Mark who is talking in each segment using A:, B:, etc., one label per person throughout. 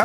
A: อั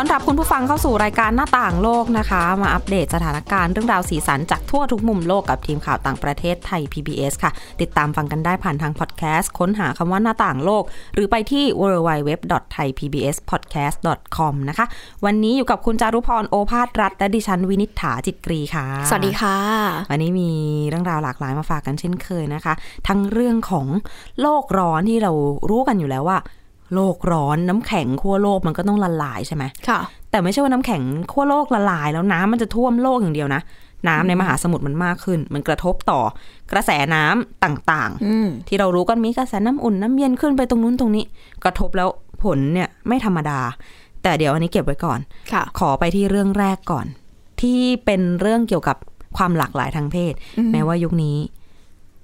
B: ต้อนรับคุณผู้ฟังเข้าสู่รายการหน้าต่างโลกนะคะ มาอัปเดตสถานการณ์เรื่องราวสีสันจากทั่วทุกมุมโลกกับทีมข่าวต่างประเทศไทย PBS ค่ะ ติดตามฟังกันได้ผ่านทางพอดแคสต์ค้นหาคำว่าหน้าต่างโลก หรือไปที่ www.thaipbspodcast.com นะคะ วันนี้อยู่กับคุณจารุพรโอภาสรัฐและดิฉันวินิษฐาจิตกรีค่ะ
C: สวัสดีค่ะ
B: วันนี้มีเรื่องราวหลากหลายมาฝากกันเช่นเคยนะคะ ทั้งเรื่องของโลกร้อนที่เรารู้กันอยู่แล้วว่า โลกร้อนน้ำแข็งขั้วโลกมันก็ต้องละลายใช่ไหม
C: ค่ะ
B: แต่ไม่ใช่ว่าน้ำแข็งขั้วโลกละลายแล้วน้ำมันจะท่วมโลกอย่างเดียวนะ น้ำในมหาสมุทรมันมากขึ้น มันกระทบต่อกระแสน้ำต่าง
C: อืม
B: ๆ ที่เรารู้กันมีกระแสน้ำอุ่นน้ำเย็นขึ้นไปตรงนู้นตรงนี้ กระทบแล้วผลเนี่ยไม่ธรรมดา แต่เดี๋ยวอันนี้เก็บไว้ก่อน
C: ค่ะ
B: ขอไปที่เรื่องแรกก่อน ที่เป็นเรื่องเกี่ยวกับความหลากหลายทางเพศ
C: อืม
B: แม้ว่ายุคนี้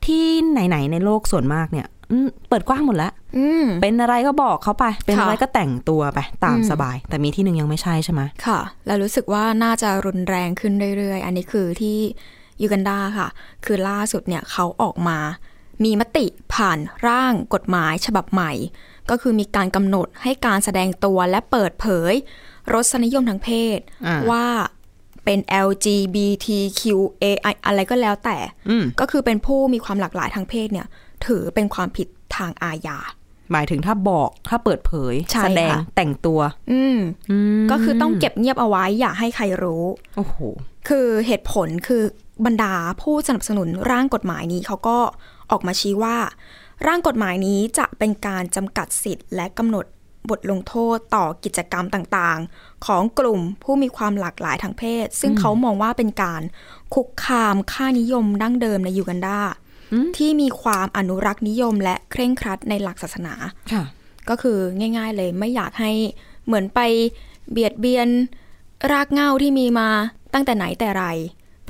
B: ที่ไหนๆในโลกส่วนมากเนี่ยอืมเปิดกว้างหมดแล้ว
C: อืม
B: เป็นอะไรก็บอกเขาไป เป็นอะไร
C: ค่ะ
B: ก็แต่งตัวไปตาม
C: อืม
B: สบาย แต่มีที่หนึ่งยังไม่ใช่ใช่ไหม
C: ค่ะ แล้วรู้สึกว่าน่าจะรุนแรงขึ้นเรื่อยๆ อันนี้คือที่ยูกันดาค่ะ คือล่าสุดเนี่ยเขาออกมา มีมติผ่านร่างกฎหมายฉบับใหม่ ก็คือมีการกำหนดให้การแสดงตัวและเปิดเผย รสนิยมทางเพศ
B: อ่า
C: ว่าเป็น LGBTQAI อะไรก็แล้วแต่
B: อืม
C: ก็คือเป็นผู้มีความหลากหลายทางเพศเนี่ย ถือเป็นความผิดทางอาญา
B: หมายถึงถ้าบอกถ้าเปิดเผย
C: ใช่
B: แสดง
C: ค่ะ
B: แต่งตัว
C: อืม
B: อืม
C: ก็คือต้องเก็บเงียบเอาไว้อย่าให้ใครรู้
B: โอ้โห
C: คือเหตุผลคือบรรดาผู้สนับสนุนร่างกฎหมายนี้เขาก็ออกมาชี้ว่า ร่างกฎหมายนี้จะเป็นการจำกัดสิทธิ์และกำหนดบทลงโทษต่อกิจกรรมต่างๆ ของกลุ่มผู้มีความหลากหลายทางเพศ ซึ่งเขามองว่าเป็นการคุกคามค่านิยมดั้งเดิมในยูกันดา
B: อืม
C: ที่มีความอนุรักษ์นิยมและเคร่งครัดในหลักศาสนา
B: ค่ะ
C: ก็คือง่าย ๆ เลยไม่อยากให้เหมือนไปเบียดเบียนรากเหง้าที่มีมาตั้งแต่ไหนแต่ไร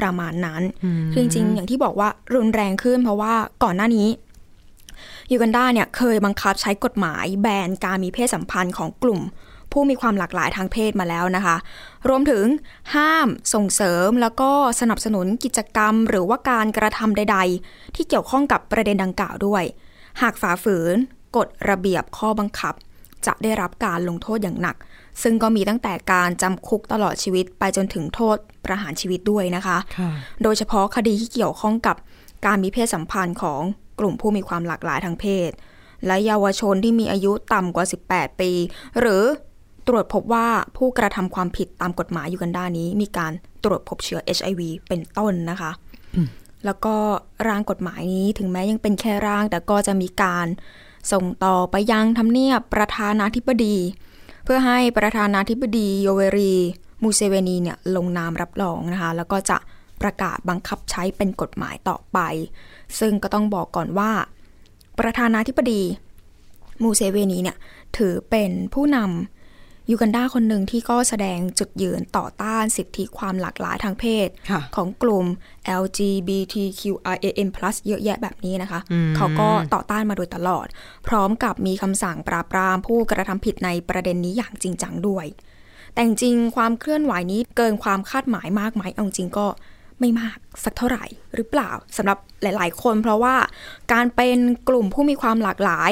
C: ประมาณนั้นคือจริงๆอย่างที่บอกว่ารุนแรงขึ้นเพราะว่าก่อนหน้านี้ยูกันดาเนี่ยเคยบังคับใช้กฎหมายแบนการมีเพศสัมพันธ์ของกลุ่ม ผู้มีความหลากหลายทางเพศมาแล้วนะคะ รวมถึงห้ามส่งเสริมแล้วก็สนับสนุนกิจกรรม หรือว่าการกระทำใด ๆ ที่เกี่ยวข้องกับประเด็นดังกล่าวด้วย หากฝ่าฝืนกฎระเบียบข้อบังคับ จะได้รับการลงโทษอย่างหนัก ซึ่งก็มีตั้งแต่การจำคุกตลอดชีวิตไปจนถึงโทษประหารชีวิตด้วยนะคะ
B: ค่ะ
C: โดยเฉพาะคดีที่เกี่ยวข้องกับการมีเพศสัมพันธ์ของกลุ่มผู้มีความหลากหลายทางเพศ และเยาวชนที่มีอายุต่ำกว่า 18 ปี หรือตรวจพบว่าผู้กระทำความผิดตามกฎหมายยูกันดานี้ มีการตรวจพบเชื้อ HIV เป็นต้นนะคะ แล้วก็ร่างกฎหมายนี้ถึงแม้ยังเป็นแค่ร่าง แต่ก็จะมีการส่งต่อไปยังทำเนียบประธานาธิบดี เพื่อให้ประธานาธิบดีโยเวรี มูเซเวนีเนี่ยลงนามรับรองนะคะ แล้วก็จะประกาศบังคับใช้เป็นกฎหมายต่อไป ซึ่งก็ต้องบอกก่อนว่า ประธานาธิบดีมูเซเวนีเนี่ยถือเป็นผู้นำยูกันดาคนหนึ่งที่ก็แสดงจุดยืนต่อต้านสิทธิความหลากหลายทางเพศ
B: ค่ะ
C: ของกลุ่ม LGBTQIAM+ เยอะแยะแบบนี้นะคะ เขาก็ต่อต้านมาโดยตลอด พร้อมกับมีคำสั่งปราบปรามผู้กระทำผิดในประเด็นนี้อย่างจริงจังด้วย แต่จริงๆความเคลื่อนไหวนี้เกินความคาดหมายมากไหมเอาจริงก็ไม่มากสักเท่าไหร่หรือเปล่าสำหรับหลาย ๆ คน เพราะว่าการเป็นกลุ่มผู้มีความหลากหลาย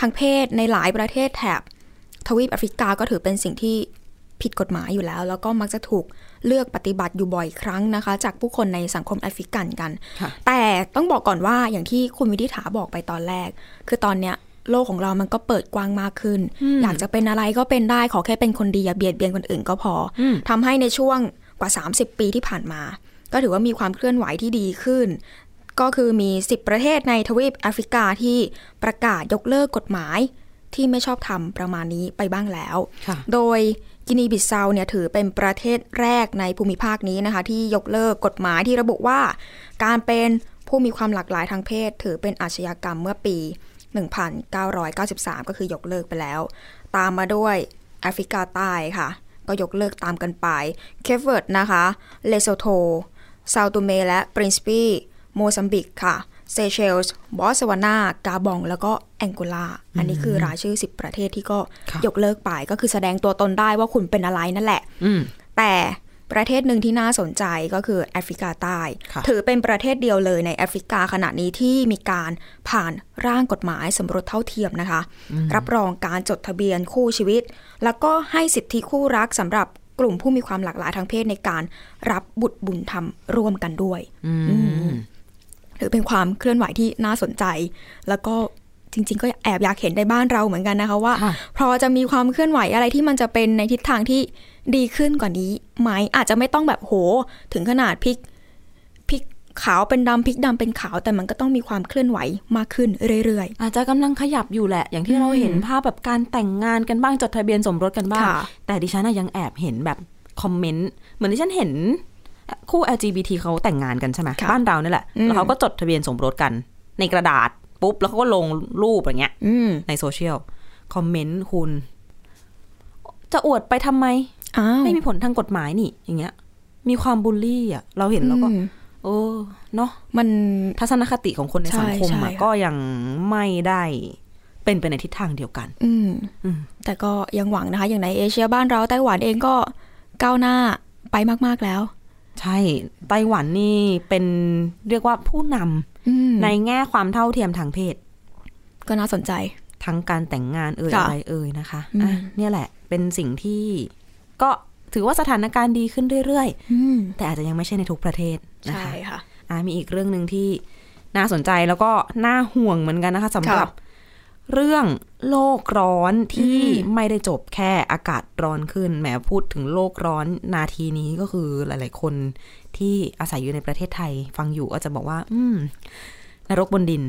C: ทางเพศในหลายประเทศแถบ ทวีปแอฟริกาก็ถือเป็นสิ่งที่ผิดกฎหมายอยู่แล้ว แล้วก็มักจะถูกเลือกปฏิบัติอยู่บ่อยครั้งนะคะ จากผู้คนในสังคมแอฟริกันกัน
B: ค่ะ
C: แต่ต้องบอกก่อนว่าอย่างที่คุณวินิษฐาบอกไปตอนแรก คือตอนเนี้ยโลกของเรามันก็เปิดกว้างมากขึ้น อยากจะเป็นอะไรก็เป็นได้ขอแค่เป็นคนดีอย่าเบียดเบียนคนอื่นก็พออทำให้ในช่วงกว่า 30 ปีที่ผ่านมา ก็ถือว่ามีความเคลื่อนไหวที่ดีขึ้น ก็คือมี 10 ประเทศในทวีปแอฟริกาที่ประกาศยกเลิกกฎหมาย ที่ไม่ชอบทำประมาณนี้ไปบ้างแล้ว
B: ค่ะ
C: โดยกินีบิสเซาเนี่ยถือเป็นประเทศแรกในภูมิภาคนี้นะคะ ที่ยกเลิกกฎหมายที่ระบุว่า การเป็นผู้มีความหลากหลายทางเพศ ถือเป็นอาชญากรรมเมื่อปี 1993 ก็คือยกเลิกไปแล้ว ตามมาด้วยแอฟริกาใต้ค่ะ ก็ยกเลิกตามกันไปเคปเวิร์ดนะคะเลโซโท ซาโตเมและปรินซิปีโมซัมบิกค่ะ เซเชลส์บอตสวานา กาบอง แล้วก็แองโกลา อันนี้คือรายชื่อ 10 ประเทศที่ก็
B: ค่ะ
C: ยกเลิกไปก็คือแสดงตัวตนได้ว่าคุณเป็นอะไรนั่นแหละ
B: อืม
C: แต่ประเทศหนึ่งที่น่าสนใจก็คือแอฟริกาใต้
B: ค่ะ
C: ถือเป็นประเทศเดียวเลยในแอฟริกาขณะนี้ที่มีการผ่านร่างกฎหมายสมรสเท่าเทียมนะคะ รับรองการจดทะเบียนคู่ชีวิต แล้วก็ให้สิทธิคู่รักสำหรับกลุ่มผู้มีความหลากหลายทางเพศในการรับบุตรบุญธรรมร่วมกันด้วย
B: อืม
C: หรือเป็นความเคลื่อนไหวที่น่าสนใจ แล้วก็จริง ๆ ก็แอบอยากเห็นในบ้านเราเหมือนกันนะคะว่า
B: ค่ะ
C: พอจะมีความเคลื่อนไหวอะไรที่มันจะเป็นในทิศทางที่ดีขึ้นกว่านี้ไหมอาจจะไม่ต้องแบบโห ถึงขนาดพลิกพลิกขาวเป็นดำพลิกดำเป็นขาว แต่มันก็ต้องมีความเคลื่อนไหวมากขึ้นเรื่อย
B: อาจจะกำลังขยับอยู่แหละ อย่างที่เราเห็น
C: อืม
B: ภาพแบบการแต่งงานกันบ้างจดทะเบียนสมรสกันบ้าง
C: ค่ะ
B: แต่ดิฉันน่ะยังแอบเห็นแบบคอมเมนต์เหมือนที่ฉันเห็นคู่ LGBT เขาแต่งงานกันใช่ไหม
C: ค่ะ
B: บ้านเราเนี่ยแหละ
C: อืม
B: แล้วเขาก็จดทะเบียนสมรสกัน ในกระดาษปุ๊บ แล้วเขาก็ลงรูปอย่างเงี้ย
C: ๆ อืม
B: ในโซเชียลคอมเมนต์คุณ จะอวดไปทำไม
C: อ้าว
B: ไม่มีผลทางกฎหมายนี่ อย่างเงี้ย มีความบูลลี่อ่ะ เราเห็นแล้วก็
C: อืม
B: โอ้เนาะ
C: มัน
B: ทัศนคติของคนในสังคม
C: ใช่ใช่
B: อะ
C: ค่ะ
B: ก็ยังไม่ได้เป็นไปในทิศทางเดียวกัน
C: อืม
B: อืม
C: แต่ก็ยังหวังนะคะ อย่างในเอเชียบ้านเราไต้หวันเองก็ก้าวหน้าไปมากๆแล้ว
B: ใช่ไต้หวันนี่เป็นเรียกว่าผู้นำ
C: อืม
B: ในแง่ความเท่าเทียมทางเพศ
C: ก็น่าสนใจ
B: ทั้งการแต่งงานเอ่ย
C: ค่ะ
B: อะไรเอ่ยนะคะ
C: อืม
B: อ่ะเนี่ยแหละเป็นสิ่งที่ก็ถือว่าสถานการณ์ดีขึ้นเรื่อย
C: อืม
B: ๆ แต่อาจจะยังไม่ใช่ในทุกประเทศนะคะ
C: ค่ะ
B: อ่ะมีอีกเรื่องหนึ่งที่น่าสนใจแล้วก็น่าห่วงเหมือนกันนะคะสำหรับ เรื่องโลกร้อนที่
C: อืม
B: ไม่ได้จบแค่อากาศร้อนขึ้นแหมพูดถึงโลกร้อนนาทีนี้ก็คือหลาย ๆ คนที่อาศัยอยู่ในประเทศไทย ฟังอยู่ก็จะบอกว่า อืมนรกบนดิน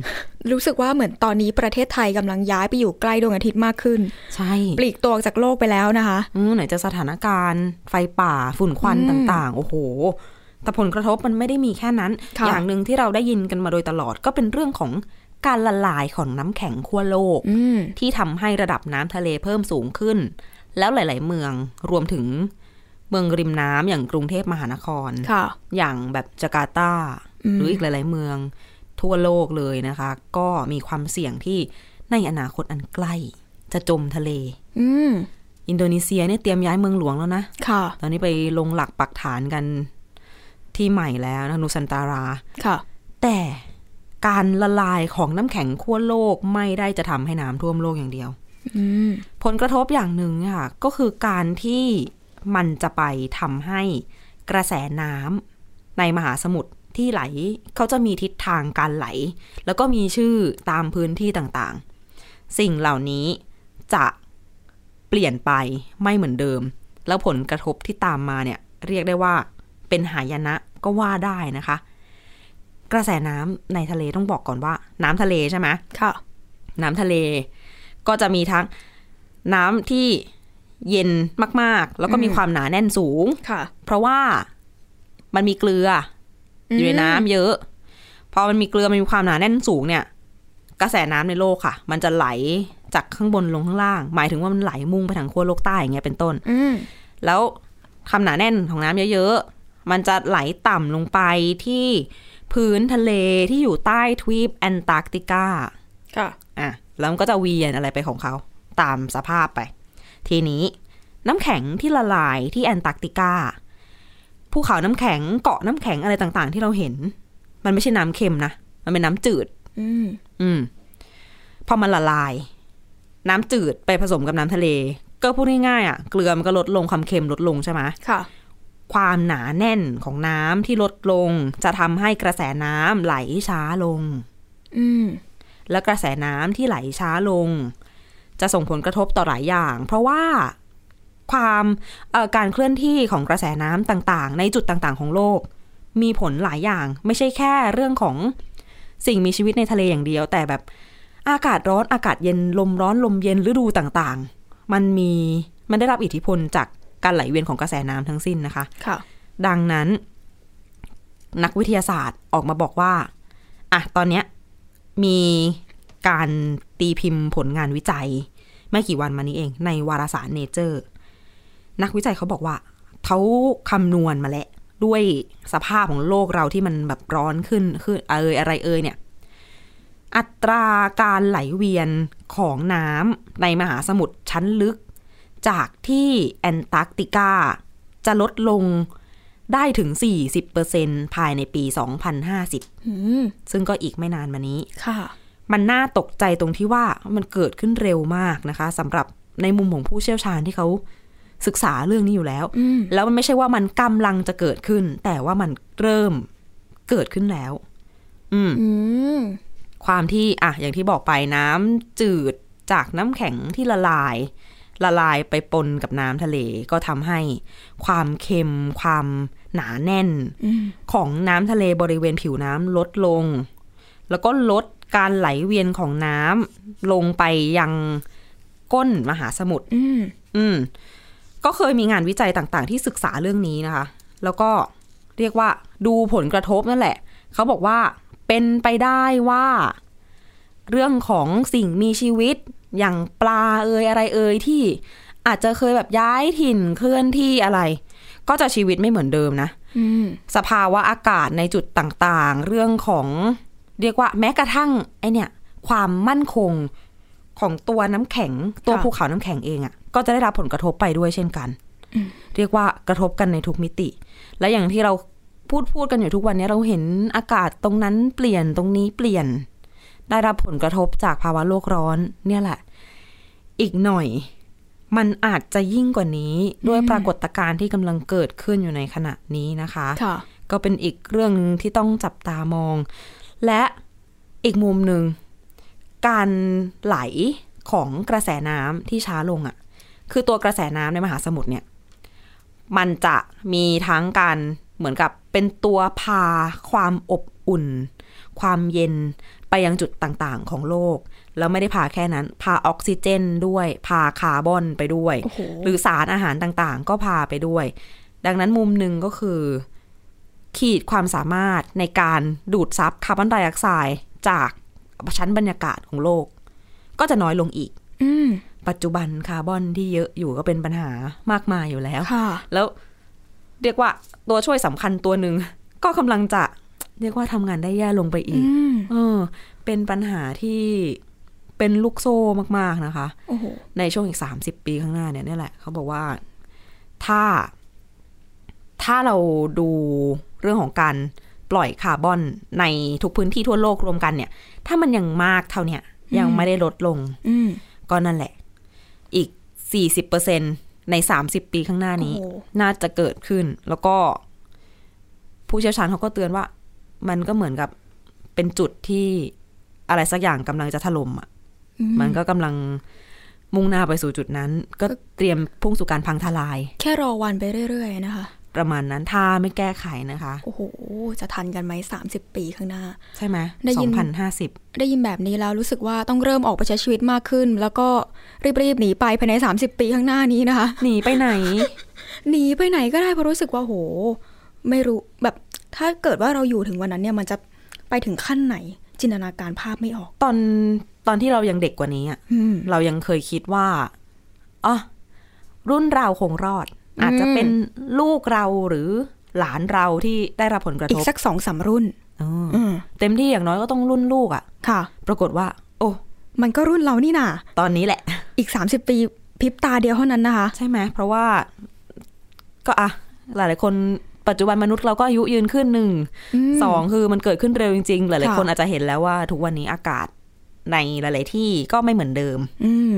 C: รู้สึกว่าเหมือนตอนนี้ประเทศไทยกำลังย้ายไปอยู่ใกล้ดวงอาทิตย์มากขึ้น
B: ใช่
C: ปลีกตัวออกจากโลกไปแล้วนะคะ
B: อืมไหนจะสถานการณ์ไฟป่าฝุ่นควัน
C: อืม
B: ต่าง ๆ โอ้โห แต่ผลกระทบมันไม่ได้มีแค่นั้น
C: ค่ะ
B: อย่างหนึ่งที่เราได้ยินกันมาโดยตลอดก็เป็นเรื่องของการละลายของน้ำแข็งขั้วโลก
C: อืม
B: ที่ทำให้ระดับน้ำทะเลเพิ่มสูงขึ้น แล้วหลาย ๆ เมืองรวมถึงเมืองริมน้ำอย่างกรุงเทพมหานคร
C: ค่ะ
B: อย่างแบบจาการ์ตา
C: อืม
B: หรืออีกหลาย ๆ เมืองทั่วโลกเลยนะคะ ก็มีความเสี่ยงที่ในอนาคตอันใกล้ จะจมทะเล
C: อืม
B: อินโดนีเซียเนี่ยเตรียมย้ายเมืองหลวงแล้วนะ
C: ค่ะ
B: ตอนนี้ไปลงหลักปักฐานกันที่ใหม่แล้วนะนูซันตารา
C: ค่ะ
B: แต่การละลายของน้ำแข็งขั้วโลกไม่ได้จะทำให้น้ำท่วมโลกอย่างเดียว
C: อืม
B: ผลกระทบอย่างหนึ่งเนี่ยค่ะก็คือการที่มันจะไปทำให้กระแสน้ำในมหาสมุทรที่ไหลเขาจะมีทิศทางการไหล แล้วก็มีชื่อตามพื้นที่ต่างๆ สิ่งเหล่านี้จะเปลี่ยนไปไม่เหมือนเดิม แล้วผลกระทบที่ตามมาเนี่ย เรียกได้ว่าเป็นหายนะก็ว่าได้นะคะ กระแสน้ำในทะเลต้องบอกก่อนว่า น้ำทะเลใช่ไหม
C: ค่ะ
B: น้ำทะเลก็จะมีทั้งน้ำที่เย็นมาก ๆ แล้วก็มีความหนาแน่นสูง
C: ค่ะ
B: เพราะว่ามันมีเกลือออยู่ในน้ำเยอะ พอมันมีเกลือมันมีความหนาแน่นสูงเนี่ย กระแสน้ำในโลกค่ะ มันจะไหลจากข้างบนลงข้างล่าง หมายถึงว่ามันไหลมุ่งไปทางขั้วโลกใต้อย่างเงี้ยเป็นต้น
C: อืม
B: แล้วความหนาแน่นของน้ำเยอะๆ มันจะไหลต่ำลงไปที่พื้นทะเลที่อยู่ใต้ทวีปแอนตาร์กติกา
C: ค่ะ
B: อ่ะแล้วมันก็จะเวียนอะไรไปของเขาตามสภาพไป ทีนี้น้ำแข็งที่ละลายที่แอนตาร์กติกาภูเขาน้ำแข็งเกาะน้ำแข็งอะไรต่างๆ ที่เราเห็น มันไม่ใช่น้ำเค็มนะ มันเป็นน้ำจืด
C: อืม
B: อืมพอมันละลาย น้ำจืดไปผสมกับน้ำทะเล ก็พูดง่ายๆอ่ะเกลือมันก็ลดลงความเค็มลดลงใช่ไหม
C: ค่ะ
B: ความหนาแน่นของน้ำที่ลดลง จะทำให้กระแสน้ำไหลช้าลง
C: อืม
B: และกระแสน้ำที่ไหลช้าลง จะส่งผลกระทบต่อหลายอย่าง เพราะว่าความเอ่อการเคลื่อนที่ของกระแสน้ำต่างๆ ในจุดต่างๆ ของโลก มีผลหลายอย่าง ไม่ใช่แค่เรื่องของสิ่งมีชีวิตในทะเลอย่างเดียว แต่แบบอากาศร้อนอากาศเย็นลมร้อนลมเย็นฤดูต่างๆ มันมีมันได้รับอิทธิพลจากการไหลเวียนของกระแสน้ำทั้งสิ้นนะคะ
C: ค่ะ
B: ดังนั้น นักวิทยาศาสตร์ออกมาบอกว่าอ่ะตอนเนี้ยมีการตีพิมพ์ผลงานวิจัย ไม่กี่วันมานี้เอง ในวารสารเนเจอร์ นักวิจัยเขาบอกว่า เขาคำนวณมาแล้วด้วยสภาพของโลกเราที่มันแบบร้อนขึ้นขึ้นเอยอะไรเอยเนี่ย อัตราการไหลเวียนของน้ำในมหาสมุทรชั้นลึก จากที่แอนตาร์กติกา จะลดลงได้ถึง 40%ภายในปี 2050
C: อืม
B: ซึ่งก็อีกไม่นานมานี้
C: ค่ะ
B: มันน่าตกใจตรงที่ว่ามันเกิดขึ้นเร็วมากนะคะสำหรับในมุมของผู้เชี่ยวชาญที่เขาศึกษาเรื่องนี้อยู่แล้ว
C: อืม
B: แล้วมันไม่ใช่ว่ามันกำลังจะเกิดขึ้น แต่ว่ามันเริ่มเกิดขึ้นแล้ว อืม
C: อืม
B: ความที่อ่ะอย่างที่บอกไปน้ำจืดจากน้ำแข็งที่ละลาย ละลายไปปนกับน้ำทะเลก็ทำให้ความเค็ม ความหนาแน่น
C: อืม
B: ของน้ำทะเลบริเวณผิวน้ำลดลง แล้วก็ลดการไหลเวียนของน้ำลงไปยังก้นมหาสมุทร
C: อืม
B: อืม ก็เคยมีงานวิจัยต่างๆ ที่ศึกษาเรื่องนี้นะคะ แล้วก็เรียกว่าดูผลกระทบนั่นแหละ เขาบอกว่าเป็นไปได้ว่า เรื่องของสิ่งมีชีวิต อย่างปลาเอยอะไรเอยที่ อาจจะเคยแบบย้ายถิ่นเคลื่อนที่อะไร ก็จะชีวิตไม่เหมือนเดิมนะ
C: อืม
B: สภาวะอากาศในจุดต่างๆ เรื่องของเรียกว่าแม้กระทั่งไอเนี่ย ความมั่นคงของตัวน้ำแข็ง ตัวภูเขาน้ำแข็งเองอะ่ะ ก็จะได้รับผลกระทบไปด้วยเช่นกัน เรียกว่ากระทบกันในทุกมิติ และอย่างที่เราพูดพูดกันอยู่ทุกวันนี้เราเห็นอากาศตรงนั้นเปลี่ยนตรงนี้เปลี่ยน ได้รับผลกระทบจากภาวะโลกร้อน เนี่ยแหละ อีกหน่อย มันอาจจะยิ่งกว่านี้ด้วยปรากฏการณ์ที่กำลังเกิดขึ้นอยู่ในขณะนี้นะคะ
C: ค่ะ
B: ก็เป็นอีกเรื่องหนึ่งที่ต้องจับตามอง และอีกมุมหนึ่ง การไหลของกระแสน้ำที่ช้าลงอะ่ะ คือตัวกระแสน้ำในมหาสมุทรเนี่ย มันจะมีทั้งการเหมือนกับเป็นตัวพาความอบอุ่น ความเย็นไปยังจุดต่างๆ ของโลก แล้วไม่ได้พาแค่นั้น พาออกซิเจนด้วย พาคาร์บอนไปด้วย
C: โอ้โห
B: หรือสารอาหารต่างๆ ก็พาไปด้วย ดังนั้นมุมหนึ่งก็คือ ขีดความสามารถในการดูดซับคาร์บอนไดออกไซด์จากชั้นบรรยากาศของโลก ก็จะน้อยลงอีก
C: อืม
B: ปัจจุบันคาร์บอนที่เยอะอยู่ก็เป็นปัญหามากมายอยู่แล้ว
C: ค่ะ
B: แล้วเรียกว่าตัวช่วยสำคัญตัวหนึ่ง ก็กำลังจะเรียกว่าทำงานได้แย่ลงไปอี
C: อื
B: ก
C: ม
B: เออ เป็นปัญหาที่เป็นลูกโซ่มากๆนะคะ
C: โอ้โห
B: ในช่วงอีกสามสิบปีข้างหน้าเนี่ยเนี่ยแหละเขาบอกว่าถ้า ถ้าเราดูเรื่องของการปล่อยคาร์บอนในทุกพื้นที่ทั่วโลกรวมกันเนี่ย ถ้ามันยังมากเท่าเนี่ยยังไม่ได้ลดลง
C: อืม
B: ก็นั่นแหละ อีก 40%ใน 30 ปีข้างหน้านี้
C: โอ้โห
B: น่าจะเกิดขึ้น แล้วก็ ผู้เชี่ยวชาญเขาก็เตือนว่า มันก็เหมือนกับเป็นจุดที่อะไรสักอย่างกำลังจะถล่มอ่ะ
C: อื
B: มันก็กำลังมุ่งหน้าไปสู่จุดนั้น ก็เตรียมพุ่งสู่การพังทลาย
C: แค่รอวันไปเรื่อยๆนะคะ
B: ประมาณนั้นถ้าไม่แก้ไขนะคะ
C: โอ้โห จะทันกันไหมสามสิบปีข้างหน้า
B: ใช่ไหม
C: ได้
B: สอ
C: ยิน
B: งพันห้าสิบ
C: ได้ยินแบบนี้แล้วรู้สึกว่าต้องเริ่มออกไปใช้ชีวิตมากขึ้น แล้วก็รีบๆหนีไปภายใน 30 ปีข้างหน้านี้นะคะ
B: หนีไปไหน
C: หนีไปไหนก็ได้เพราะรู้สึกว่าโห ไม่รู้แบบถ้าเกิดว่าเราอยู่ถึงวันนั้นเนี่ยมันจะไปถึงขั้นไหน จินตนาการภาพไม่ออก
B: ตอนตอนที่เรายังเด็กกว่านี้อะ
C: อืม
B: เรายังเคยคิดว่าอ๋อรุ่นเราคงรอด อาจจะเป็นลูกเราหรือหลานเราที่ได้รับผลกระ
C: อี
B: ท
C: ก
B: บ
C: สักสองสามรุ่น
B: เออ
C: อืม
B: เต็มที่อย่างน้อยก็ต้องรุ่นลูกอะ่ะ
C: ค่ะ
B: ปรากฏว่า โอ้
C: มันก็รุ่นเรานี่น่ะ
B: ตอนนี้แหละ
C: อีก 30 ปีพริบตาเดียวเท่านั้นนะคะ
B: ใช่ไหม เพราะว่า ก็อ่ะ หลายๆคนปัจจุบันมนุษย์เราก็อายุยืนขึ้นหนึ่ง
C: ม
B: สองคือมันเกิดขึ้นเร็วจริงๆ หลาย
C: ค่ะ
B: ๆคนอาจจะเห็นแล้วว่า ทุกวันนี้อากาศในหลาย ๆ ที่ก็ไม่เหมือนเดิม
C: อืม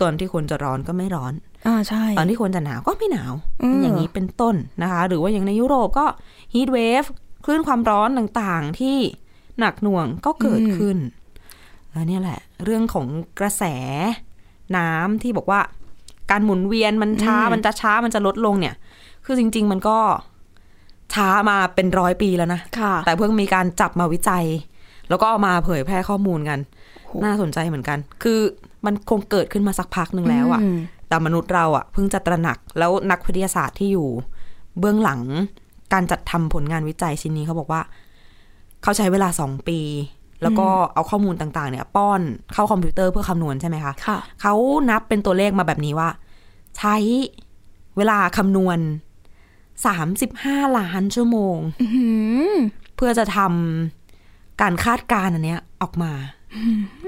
B: ตอนที่ควรจะร้อนก็ไม่ร้อน
C: อ่าใช่
B: ตอนที่ควรจะหนาวก็ไม่หนาว
C: อืม
B: อย่างนี้เป็นต้นนะคะ หรือว่าอย่างในยุโรปก็ฮีทเวฟคลื่นความร้อนต่างๆที่หนักหน่วงก็เกิดขึ้น แล้วเนี่ยแหละ เรื่องของกระแสน้ำที่บอกว่า การหมุนเวียนมันช้ามันจะช้ามันจะลดลงเนี่ย คือจริง ๆ มันก็ช้ามาเป็นร้อยปีแล้วนะ
C: ค่ะ
B: แต่เพิ่งมีการจับมาวิจัย แล้วก็เอามาเผยแพร่ข้อมูลกัน น่าสนใจเหมือนกัน คือมันคงเกิดขึ้นมาสักพักหนึ่งแล้วอะ
C: อืม
B: แต่มนุษย์เราอะ่ะเพิ่งจะตระหนักแล้วนักวิทยาศาสตร์ที่อยู่ เบื้องหลังการจัดทำผลงานวิจัยชิ้นนี้เขาบอกว่า เขาใช้เวลาสองปี แล้วก็เอาข้อมูลต่างๆ เนี่ย ป้อนเข้าคอมพิวเตอร์เพื่อคำนวณใช่ไหมคะ
C: ค่ะ
B: เขานับเป็นตัวเลขมาแบบนี้ว่า ใช้เวลาคำนวณ 35 ล้านชั่วโมง
C: อืม
B: เพื่อจะทำการคาดการณ์อันเนี้ยออกมา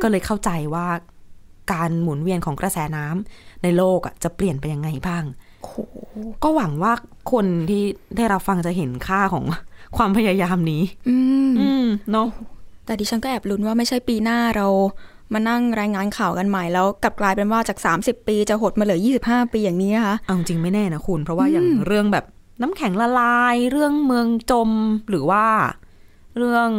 B: ก็เลยเข้าใจว่าการหมุนเวียนของกระแสน้ำในโลกอะจะเปลี่ยนไปยังไงบ้าง
C: โอ้โห
B: ก็หวังว่าคนที่ได้รับฟังจะเห็นค่าของ ความพยายามนี้
C: อืม
B: อืมเนาะ
C: แต่ดิฉันก็แอบลุ้นว่าไม่ใช่ปีหน้าเรามานั่งรายงานข่าวกันใหม่แล้วกลับกลายเป็นว่าจาก 30 ปีจะหดมาเหลือ 25 ปีอย่างนี้นะคะ
B: เอาจริงไม่แน่นะคุณ เพราะว่าอย่างเรื่องแบบน้ำแข็งละลาย เรื่องเมืองจมหรือว่า เรื่อง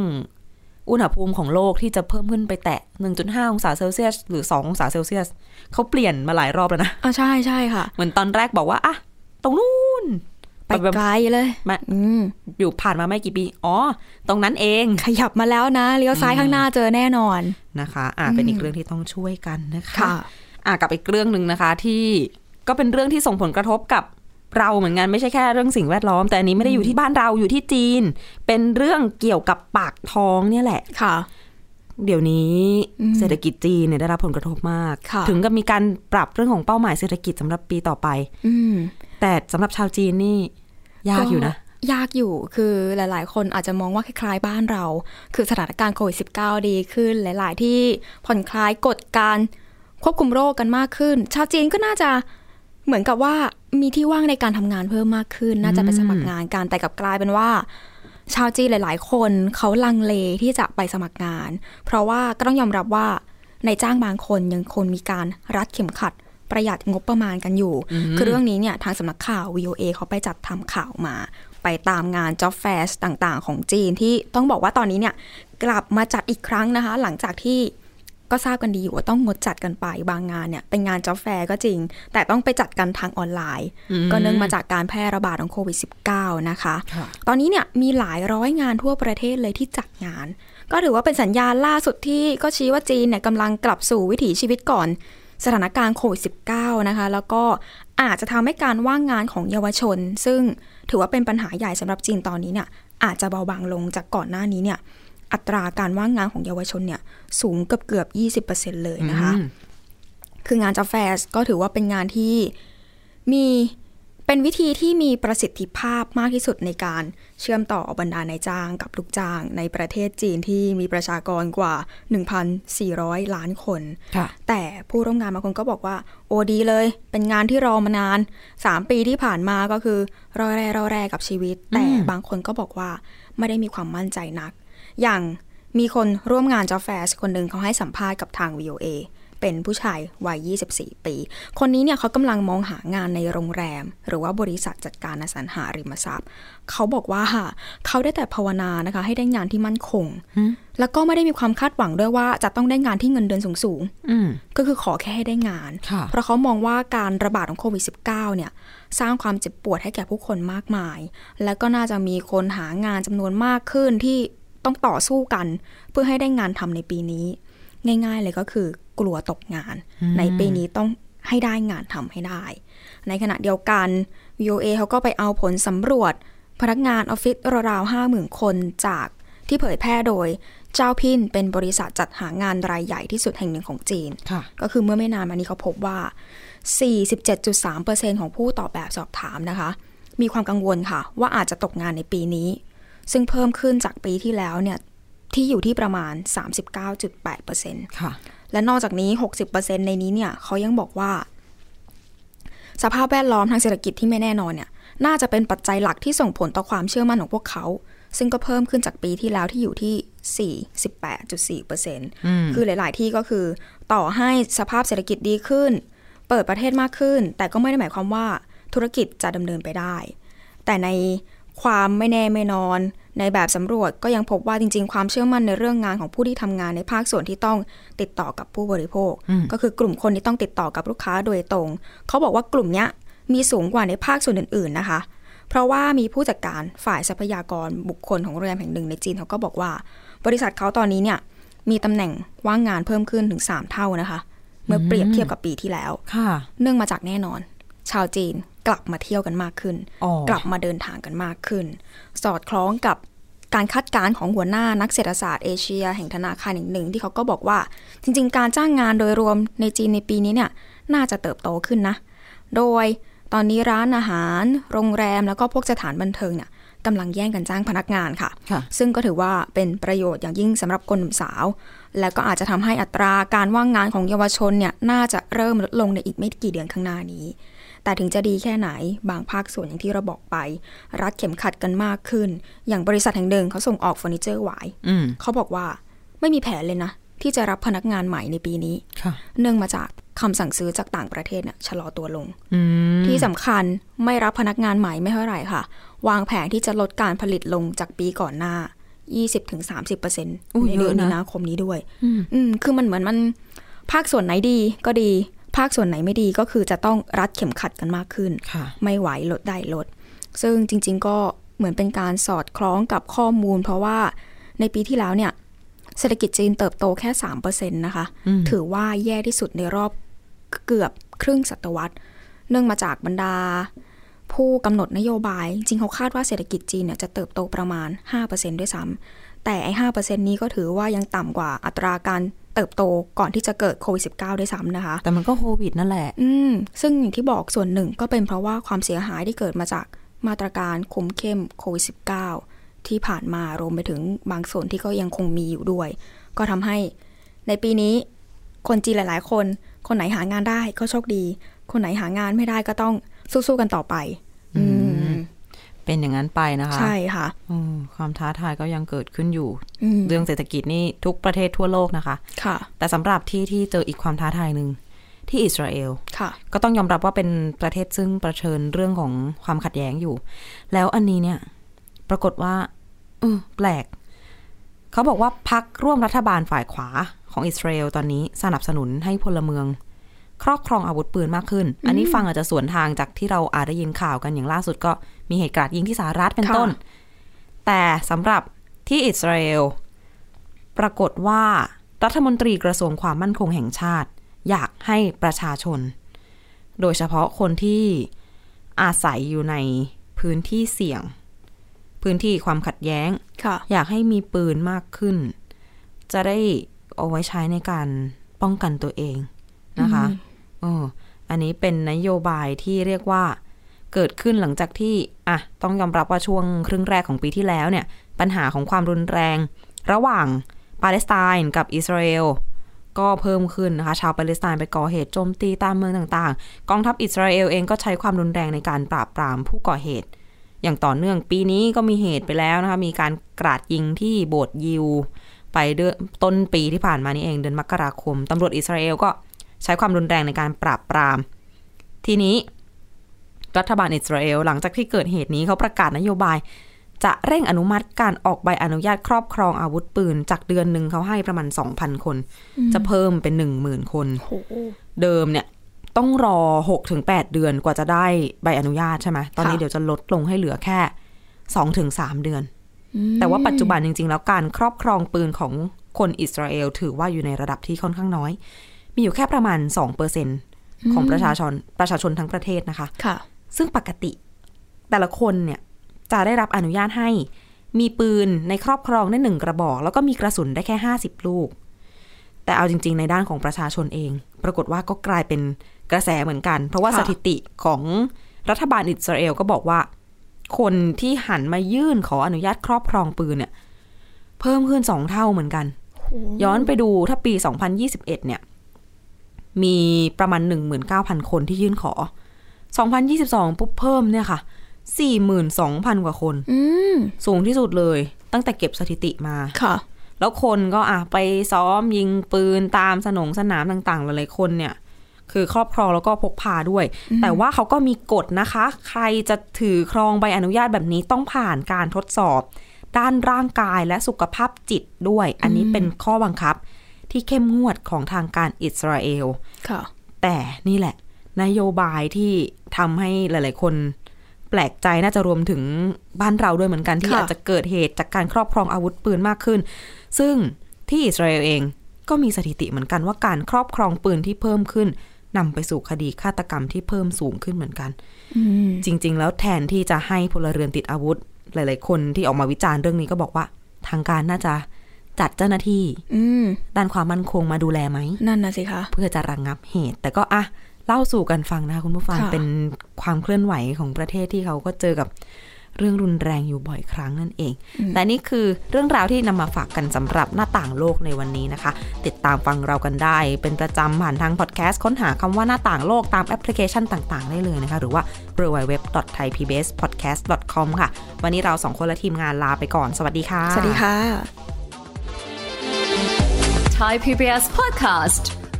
B: อุณหภูมิของโลกที่จะเพิ่มขึ้นไปแตะ 1.5 องศาเซลเซียส หรือ 2 องศาเซลเซียสเขาเปลี่ยนมาหลายรอบแล้วนะ
C: อ่าใช่ใช่ค่ะ
B: เหมือนตอนแรกบอกว่าอะตรงนู้น
C: ไปไกลเลย
B: มา
C: อืม
B: อยู่ผ่านมาไม่กี่ปี อ๋อ ตรงนั้นเอง
C: ขยับมาแล้วนะเลี้ยวซ้ายข้างหน้าเจอแน่นอน
B: นะคะอ่าเป็นอีกเรื่องที่ต้องช่วยกันนะคะ
C: ค่ะ
B: อ่ะกับอีกเรื่องหนึ่งนะคะที่ก็เป็นเรื่องที่ส่งผลกระทบกับเราเหมือนกันไม่ใช่แค่เรื่องสิ่งแวดล้อม แต่อันนี้ไม่ได้อยู่ที่บ้านเราอยู่ที่จีน เป็นเรื่องเกี่ยวกับปากท้องเนี่ยแหละ
C: ค่ะ
B: เดี๋ยวนี้
C: อืม
B: เศรษฐกิจจีนเนี่ยได้รับผลกระทบมาก
C: ค่ะ
B: ถึงกับมีการปรับเรื่องของเป้าหมายเศรษฐกิจสำหรับปีต่อไป
C: อืม
B: แต่สำหรับชาวจีนนี่ยากอยู่นะ
C: ยากอยู่คือหลาย ๆ คนอาจจะมองว่าคล้ายๆบ้านเรา คือสถานการณ์โควิด -19 ดีขึ้น หลาย ๆ ที่ผ่อนคลายกฎการควบคุมโรคกันมากขึ้น ชาวจีนก็น่าจะเหมือนกับว่ามีที่ว่างในการทำงานเพิ่มมากขึ้น น่าจะไปสมัครงานกันแต่กลับกลายเป็นว่า ชาวจีนหลาย ๆ คนเขาลังเลที่จะไปสมัครงาน เพราะว่าก็ต้องยอมรับว่าในายจ้างบางคนยังคงมีการรัดเข็มขัด ประหยัดงบประมาณกันอยู่ คือเรื่องนี้เนี่ยทางสำนักข่าว VOA เขาไปจัดทำข่าวมา ไปตามงาน Job Fair ต่างๆ ของจีนที่ต้องบอกว่าตอนนี้เนี่ยกลับมาจัดอีกครั้งนะคะ หลังจากที่ก็ทราบกันดีอยู่ว่าต้องงดจัดกันไปบางงานเนี่ยเป็นงาน Job Fair ก็จริง แต่ต้องไปจัดกันทางออนไลน์ ก็เนื่องมาจากการแพร่ระบาดของโควิด -19 นะคะ
B: ค่ะ
C: ตอนนี้เนี่ยมีหลายร้อยงานทั่วประเทศเลยที่จัดงาน ก็ถือว่าเป็นสัญญาณล่าสุดที่ก็ชี้ว่าจีนเนี่ยกำลังกลับสู่วิถีชีวิตก่อน สถานการณ์โควิด -19 นะคะ แล้วก็อาจจะทำให้การว่างงานของเยาวชน ซึ่งถือว่าเป็นปัญหาใหญ่สำหรับจีนตอนนี้เนี่ยอาจจะเบาบางลงจากก่อนหน้านี้เนี่ยอัตราการว่างงานของเยาวชนเนี่ยสูงเกือบเกือบ 20%เลยนะคะ
B: อืม
C: คืองานจาแฟสก็ถือว่าเป็นงานที่มีเป็นวิธีที่มีประสิทธิภาพมากที่สุดในการเชื่อมต่อบรรดานายจ้างกับลูกจ้าง ในประเทศจีนที่มีประชากรกว่า 1,400 ล้านคน
B: ค่ะ
C: แต่ผู้ร่วมงานบางคนก็บอกว่า โอดีเลย เป็นงานที่รอมานาน 3 ปีที่ผ่านมาก็คือรอแร่รอแร่กับชีวิต แต่
B: อืม
C: บางคนก็บอกว่าไม่ได้มีความมั่นใจนัก อย่างมีคนร่วมงานจอแฟสคนหนึ่งเขาให้สัมภาษณ์กับทาง VOA เป็นผู้ชายวัย 24 ปี คนนี้เนี่ยเขากำลังมองหางานในโรงแรม หรือว่าบริษัทจัดการอสังหาริมทรัพย์ เขาบอกว่าเขาได้แต่ภาวนานะคะ ให้ได้งานที่มั่นคง แล้วก็ไม่ได้มีความคาดหวังด้วยว่าจะต้องได้งานที่เงินเดือนสูงๆ
B: อืม
C: ก็คือขอแค่ให้ได้งาน
B: ค่ะ
C: เพราะเขามองว่าการระบาดของโควิด -19 เนี่ย สร้างความเจ็บปวดให้แก่ผู้คนมากมาย และก็น่าจะมีคนหางานจำนวนมากขึ้นที่ต้องต่อสู้กัน เพื่อให้ได้งานทำในปีนี้ ง่าย ๆ เลยก็คือกลัวตกงาน ในปีนี้ต้องให้ได้งานทำให้ได้ ในขณะเดียวกัน VOA เขาก็ไปเอาผลสำรวจ พนักงานออฟฟิศราวๆ5 0,000 คนจากที่เผยแพร่โดยเจ้าพินเป็นบริษัทจัดหางานรายใหญ่ที่สุดแห่งหนึ่งของจีน
B: ค่ะ
C: ก็คือเมื่อไม่นานมานี้เขาพบว่า 47.3%ของผู้ตอบแบบสอบถามนะคะ มีความกังวลค่ะ ว่าอาจจะตกงานในปีนี้ ซึ่งเพิ่มขึ้นจากปีที่แล้วเนี่ย ที่อยู่ที่ประมาณ 39.8%
B: ค่ะ
C: และนอกจากนี้ 60%ในนี้เนี่ยเขายังบอกว่า สภาพแวดล้อมทางเศรษฐกิจที่ไม่แน่นอนเนี่ย น่าจะเป็นปัจจัยหลักที่ส่งผลต่อความเชื่อมั่นของพวกเขา ซึ่งก็เพิ่มขึ้นจากปีที่แล้วที่อยู่ที่ 48.4%คือหลาย ๆ ที่ก็คือต่อให้สภาพเศรษฐกิจดีขึ้น เปิดประเทศมากขึ้น แต่ก็ไม่ได้หมายความว่าธุรกิจจะดำเนินไปได้ แต่ในความไม่แน่ไม่นอน ในแบบสำรวจก็ยังพบว่าจริง ๆ ความเชื่อมั่นในเรื่องงานของผู้ที่ทำงานในภาคส่วนที่ต้องติดต่อกับผู้บริโภค ก็คือกลุ่มคนที่ต้องติดต่อกับลูกค้าโดยตรง เขาบอกว่ากลุ่มเนี้ยมีสูงกว่าในภาคส่วนอื่น ๆ นะคะ เพราะว่ามีผู้จัดการฝ่ายทรัพยากรบุคคลของโรงแรมแห่งหนึ่งในจีนเขาก็บอกว่า บริษัทเขาตอนนี้เนี่ยมีตำแหน่งว่างงานเพิ่มขึ้นถึงสามเท่านะคะ เมื่อเปรียบเทียบกับปีที่แล้ว
B: ค่ะ
C: เนื่องมาจากแน่นอน ชาวจีนกลับมาเที่ยวกันมากขึ้น
B: อ๋อ
C: กลับมาเดินทางกันมากขึ้น สอดคล้องกับการคาดการณ์ของหัวหน้านักเศรษฐศาสตร์เอเชีย แห่งธนาคารแห่งหนึ่งที่เขาก็บอกว่า จริงๆ การจ้างงานโดยรวมในจีนในปีนี้เนี่ยน่าจะเติบโตขึ้นนะ โดยตอนนี้ร้านอาหาร โรงแรมแล้วก็พวกสถานบันเทิงเนี่ย กำลังแย่งกันจ้างพนักงานค่ะ
B: ค่ะ
C: ซึ่งก็ถือว่าเป็นประโยชน์อย่างยิ่งสำหรับคนหนุ่มสาว และก็อาจจะทำให้อัตราการว่างงานของเยาวชนเนี่ยน่าจะเริ่มลดลงในอีกไม่กี่เดือนข้างหน้านี้ แต่ถึงจะดีแค่ไหนบางภาคส่วนอย่างที่เราบอกไป รัดเข็มขัดกันมากขึ้น อย่างบริษัทแห่งหนึ่งเขาส่งออกเฟอร์นิเจอร์หวาย
B: อืม
C: เขาบอกว่าไม่มีแผนเลยนะ ที่จะรับพนักงานใหม่ในปีนี้
B: ค่ะ
C: เนื่องมาจากคำสั่งซื้อจากต่างประเทศเนี่ยชะลอตัวลง
B: อืม
C: ที่สำคัญไม่รับพนักงานใหม่ไม่เท่าไหร่ค่ะ วางแผนที่จะลดการผลิตลงจากปีก่อนหน้า 20-30%ในเดือนมีนาคมนี้ด้วย อืมคือมันเหมือนมันภาคส่วนไหนดีก็ดี ภาคส่วนไหนไม่ดีก็คือจะต้องรัดเข็มขัดกันมากขึ้น
B: ค่ะ
C: ไม่ไหวลดได้ลด ซึ่งจริง ๆ ก็เหมือนเป็นการสอดคล้องกับข้อมูล เพราะว่าในปีที่แล้วเนี่ยเศรษฐกิจจีนเติบโตแค่ 3%นะคะ
B: อืม
C: ถือว่าแย่ที่สุดในรอบเกือบครึ่งศตวรรษ เนื่องมาจากบรรดา ผู้กำหนดนโยบาย จริงเขาคาดว่าเศรษฐกิจจีนเนี่ยจะเติบโตประมาณ 5%ด้วยซ้ำแต่ไอ้5%นี้ก็ถือว่ายังต่ำกว่าอัตราการเติบโตก่อนที่จะเกิดโควิด -19 ด้วยซ้ำนะคะ
B: แต่มันก็โควิดนั่นแหละ
C: อืมซึ่งอย่างที่บอกส่วนหนึ่งก็เป็นเพราะว่าความเสียหายที่เกิดมาจากมาตรการคุมเข้มโควิด -19 ที่ผ่านมารวมไปถึงบางส่วนที่ก็ยังคงมีอยู่ด้วย ก็ทำให้ในปีนี้คนจีนหลาย ๆ คน คนไหนหางานได้ก็โชคดี คนไหนหางานไม่ได้ก็ต้องสู้ๆกันต่อไป อืม
B: เป็นอย่างนั้นไปนะคะ
C: ใช่ค่ะ
B: อืมความท้าทายก็ยังเกิดขึ้นอยู่
C: อืม
B: เรื่องเศรษฐกิจนี่ทุกประเทศทั่วโลกนะคะ
C: ค่ะ
B: แต่สำหรับที่ที่เจออีกความท้าทายหนึ่งที่อิสราเอล
C: ค่ะ
B: ก็ต้องยอมรับว่าเป็นประเทศซึ่งประเชิญเรื่องของความขัดแย้งอยู่ แล้วอันนี้เนี่ย ปรากฏว่าเออแปลก เขาบอกว่าพักร่วมรัฐบาลฝ่ายขวาของอิสราเอลตอนนี้สนับสนุนให้พลเมือง ครอบครองอาวุธปืนมากขึ้น อันนี้ฟังอาจจะสวนทางจากที่เราอาจได้ยินข่าวกันอย่างล่าสุดก็มีเหตุการณ์ยิงที่สหรัฐเป็น
C: ค่ะ
B: ต้น แต่สำหรับที่อิสราเอล ปรากฏว่ารัฐมนตรีกระทรวงความมั่นคงแห่งชาติ อยากให้ประชาชน โดยเฉพาะคนที่อาศัยอยู่ในพื้นที่เสี่ยง พื้นที่ความขัดแย้ง
C: ค่ะ
B: อยากให้มีปืนมากขึ้น จะได้เอาไว้ใช้ในการป้องกันตัวเองนะคะเอออันนี้เป็นนโยบายที่เรียกว่าเกิดขึ้นหลังจากที่อ่ะต้องยอมรับว่าช่วงครึ่งแรกของปีที่แล้วเนี่ย ปัญหาของความรุนแรง ระหว่างปาเลสไตน์กับอิสราเอล ก็เพิ่มขึ้นนะคะ ชาวปาเลสไตน์ไปก่อเหตุโจมตีตามเมืองต่างๆ กองทัพอิสราเอลเองก็ใช้ความรุนแรงในการปราบปรามผู้ก่อเหตุ อย่างต่อเนื่องปีนี้ก็มีเหตุไปแล้วนะคะ มีการกราดยิงที่โบสถ์ยิว ไปเดือนต้นปีที่ผ่านมานี่เองเดือนมกราคมตำรวจอิสราเอลก็ใช้ความรุนแรงในการปราบปราม ทีนี้ รัฐบาลอิสราเอลหลังจากที่เกิดเหตุนี้เขาประกาศนโยบาย จะเร่งอนุมัติการออกใบอนุญาตครอบครองอาวุธปืน จากเดือนหนึ่งเขาให้ประมาณ 2,000 คน จะเพิ่มเป็น 10,000 คน
C: โห
B: เดิมเนี่ยต้องรอ 6-8ถึงเดือนกว่าจะได้ใบอนุญาตใช่ไหมตอนนี้
C: ค่ะ
B: เดี๋ยวจะลดลงให้เหลือแค่ 2-3ถึงเดือน
C: อืม
B: แต่ว่าปัจจุบันจริง ๆ แล้วการครอบครองปืนของคนอิสราเอล ถือว่าอยู่ในระดับที่ค่อนข้างน้อย มีอยู่แค่ประมาณ 2%ของประชาชนประชาชนทั้งประเทศนะคะ
C: ค่ะ
B: ซึ่งปกติแต่ละคนเนี่ยจะได้รับอนุญาตให้มีปืนในครอบครองได้หนึ่งกระบอก แล้วก็มีกระสุนได้แค่ 50 ลูก แต่เอาจริง ๆ ในด้านของประชาชนเอง ปรากฏว่าก็กลายเป็นกระแสเหมือนกัน เพราะว่า
C: ค่ะ
B: สถิติของรัฐบาลอิสราเอลก็บอกว่า คนที่หันมายื่นขออนุญาตครอบครองปืนเนี่ย เพิ่มขึ้นสองเท่าเหมือนกัน ย้อนไปดูถ้าปี 2021 เนี่ย มีประมาณ 19,000 คนที่ยื่นขอ 2022 ปุ๊บเพิ่มเนี่ยค่ะ 42,000 กว่าคน
C: อืม
B: สูงที่สุดเลย ตั้งแต่เก็บสถิติมา
C: ค่ะ
B: แล้วคนก็อ่ะไปซ้อมยิงปืนตามสนงสนามต่างๆ หลายๆคนเนี่ย คือครอบครองแล้วก็พกพาด้วย แต่ว่าเขาก็มีกฎนะคะ ใครจะถือครองใบอนุญาตแบบนี้ต้องผ่านการทดสอบ ด้านร่างกายและสุขภาพจิตด้วย อันนี้เป็นข้อบังคับ ที่เข้มงวดของทางการอิสราเอล
C: ค่ะ
B: แต่นี่แหละ นโยบายที่ทำให้หลาย ๆ คน แปลกใจน่าจะรวมถึงบ้านเราด้วยเหมือนกันที่
C: ค่ะ
B: อาจจะเกิดเหตุจากการครอบครองอาวุธปืนมากขึ้น ซึ่งที่อิสราเอลเองก็มีสถิติเหมือนกันว่าการครอบครองปืนที่เพิ่มขึ้นนำไปสู่คดีฆาตกรรมที่เพิ่มสูงขึ้นเหมือนกัน
C: อืม
B: จริง ๆ แล้วแทนที่จะให้พลเรือนติดอาวุธ หลาย ๆ คนที่ออกมาวิจารณ์เรื่องนี้ก็บอกว่า ทางการน่าจะจัดเจ้าหน้าที่
C: อืม
B: ด้านความมั่นคงมาดูแลไหม
C: นั่นนะสิคะ
B: เพื่อจะระงงับเหตุ แต่ก็อ่ะเล่าสู่กันฟังนะคะคุณผู้ฟัง
C: ค่ะ
B: เป็นความเคลื่อนไหวของประเทศที่เขาก็เจอกับ เรื่องรุนแรงอยู่บ่อยครั้งนั่นเอง แต่นี่คือเรื่องราวที่นำมาฝากกันสำหรับหน้าต่างโลกในวันนี้นะคะ ติดตามฟังเรากันได้ เป็นประจำผ่านทางพอดแคสต์ค้นหาคำว่าหน้าต่างโลกตามแอปพลิเคชันต่างๆ ได้เลยนะคะ หรือว่า www.thaipbspodcast.com ค่ะ วันนี้เราสองคนและทีมงานลาไปก่อน สวัสดีค่ะ
C: สวัสดีค่ะ
D: Thai PBS podcast.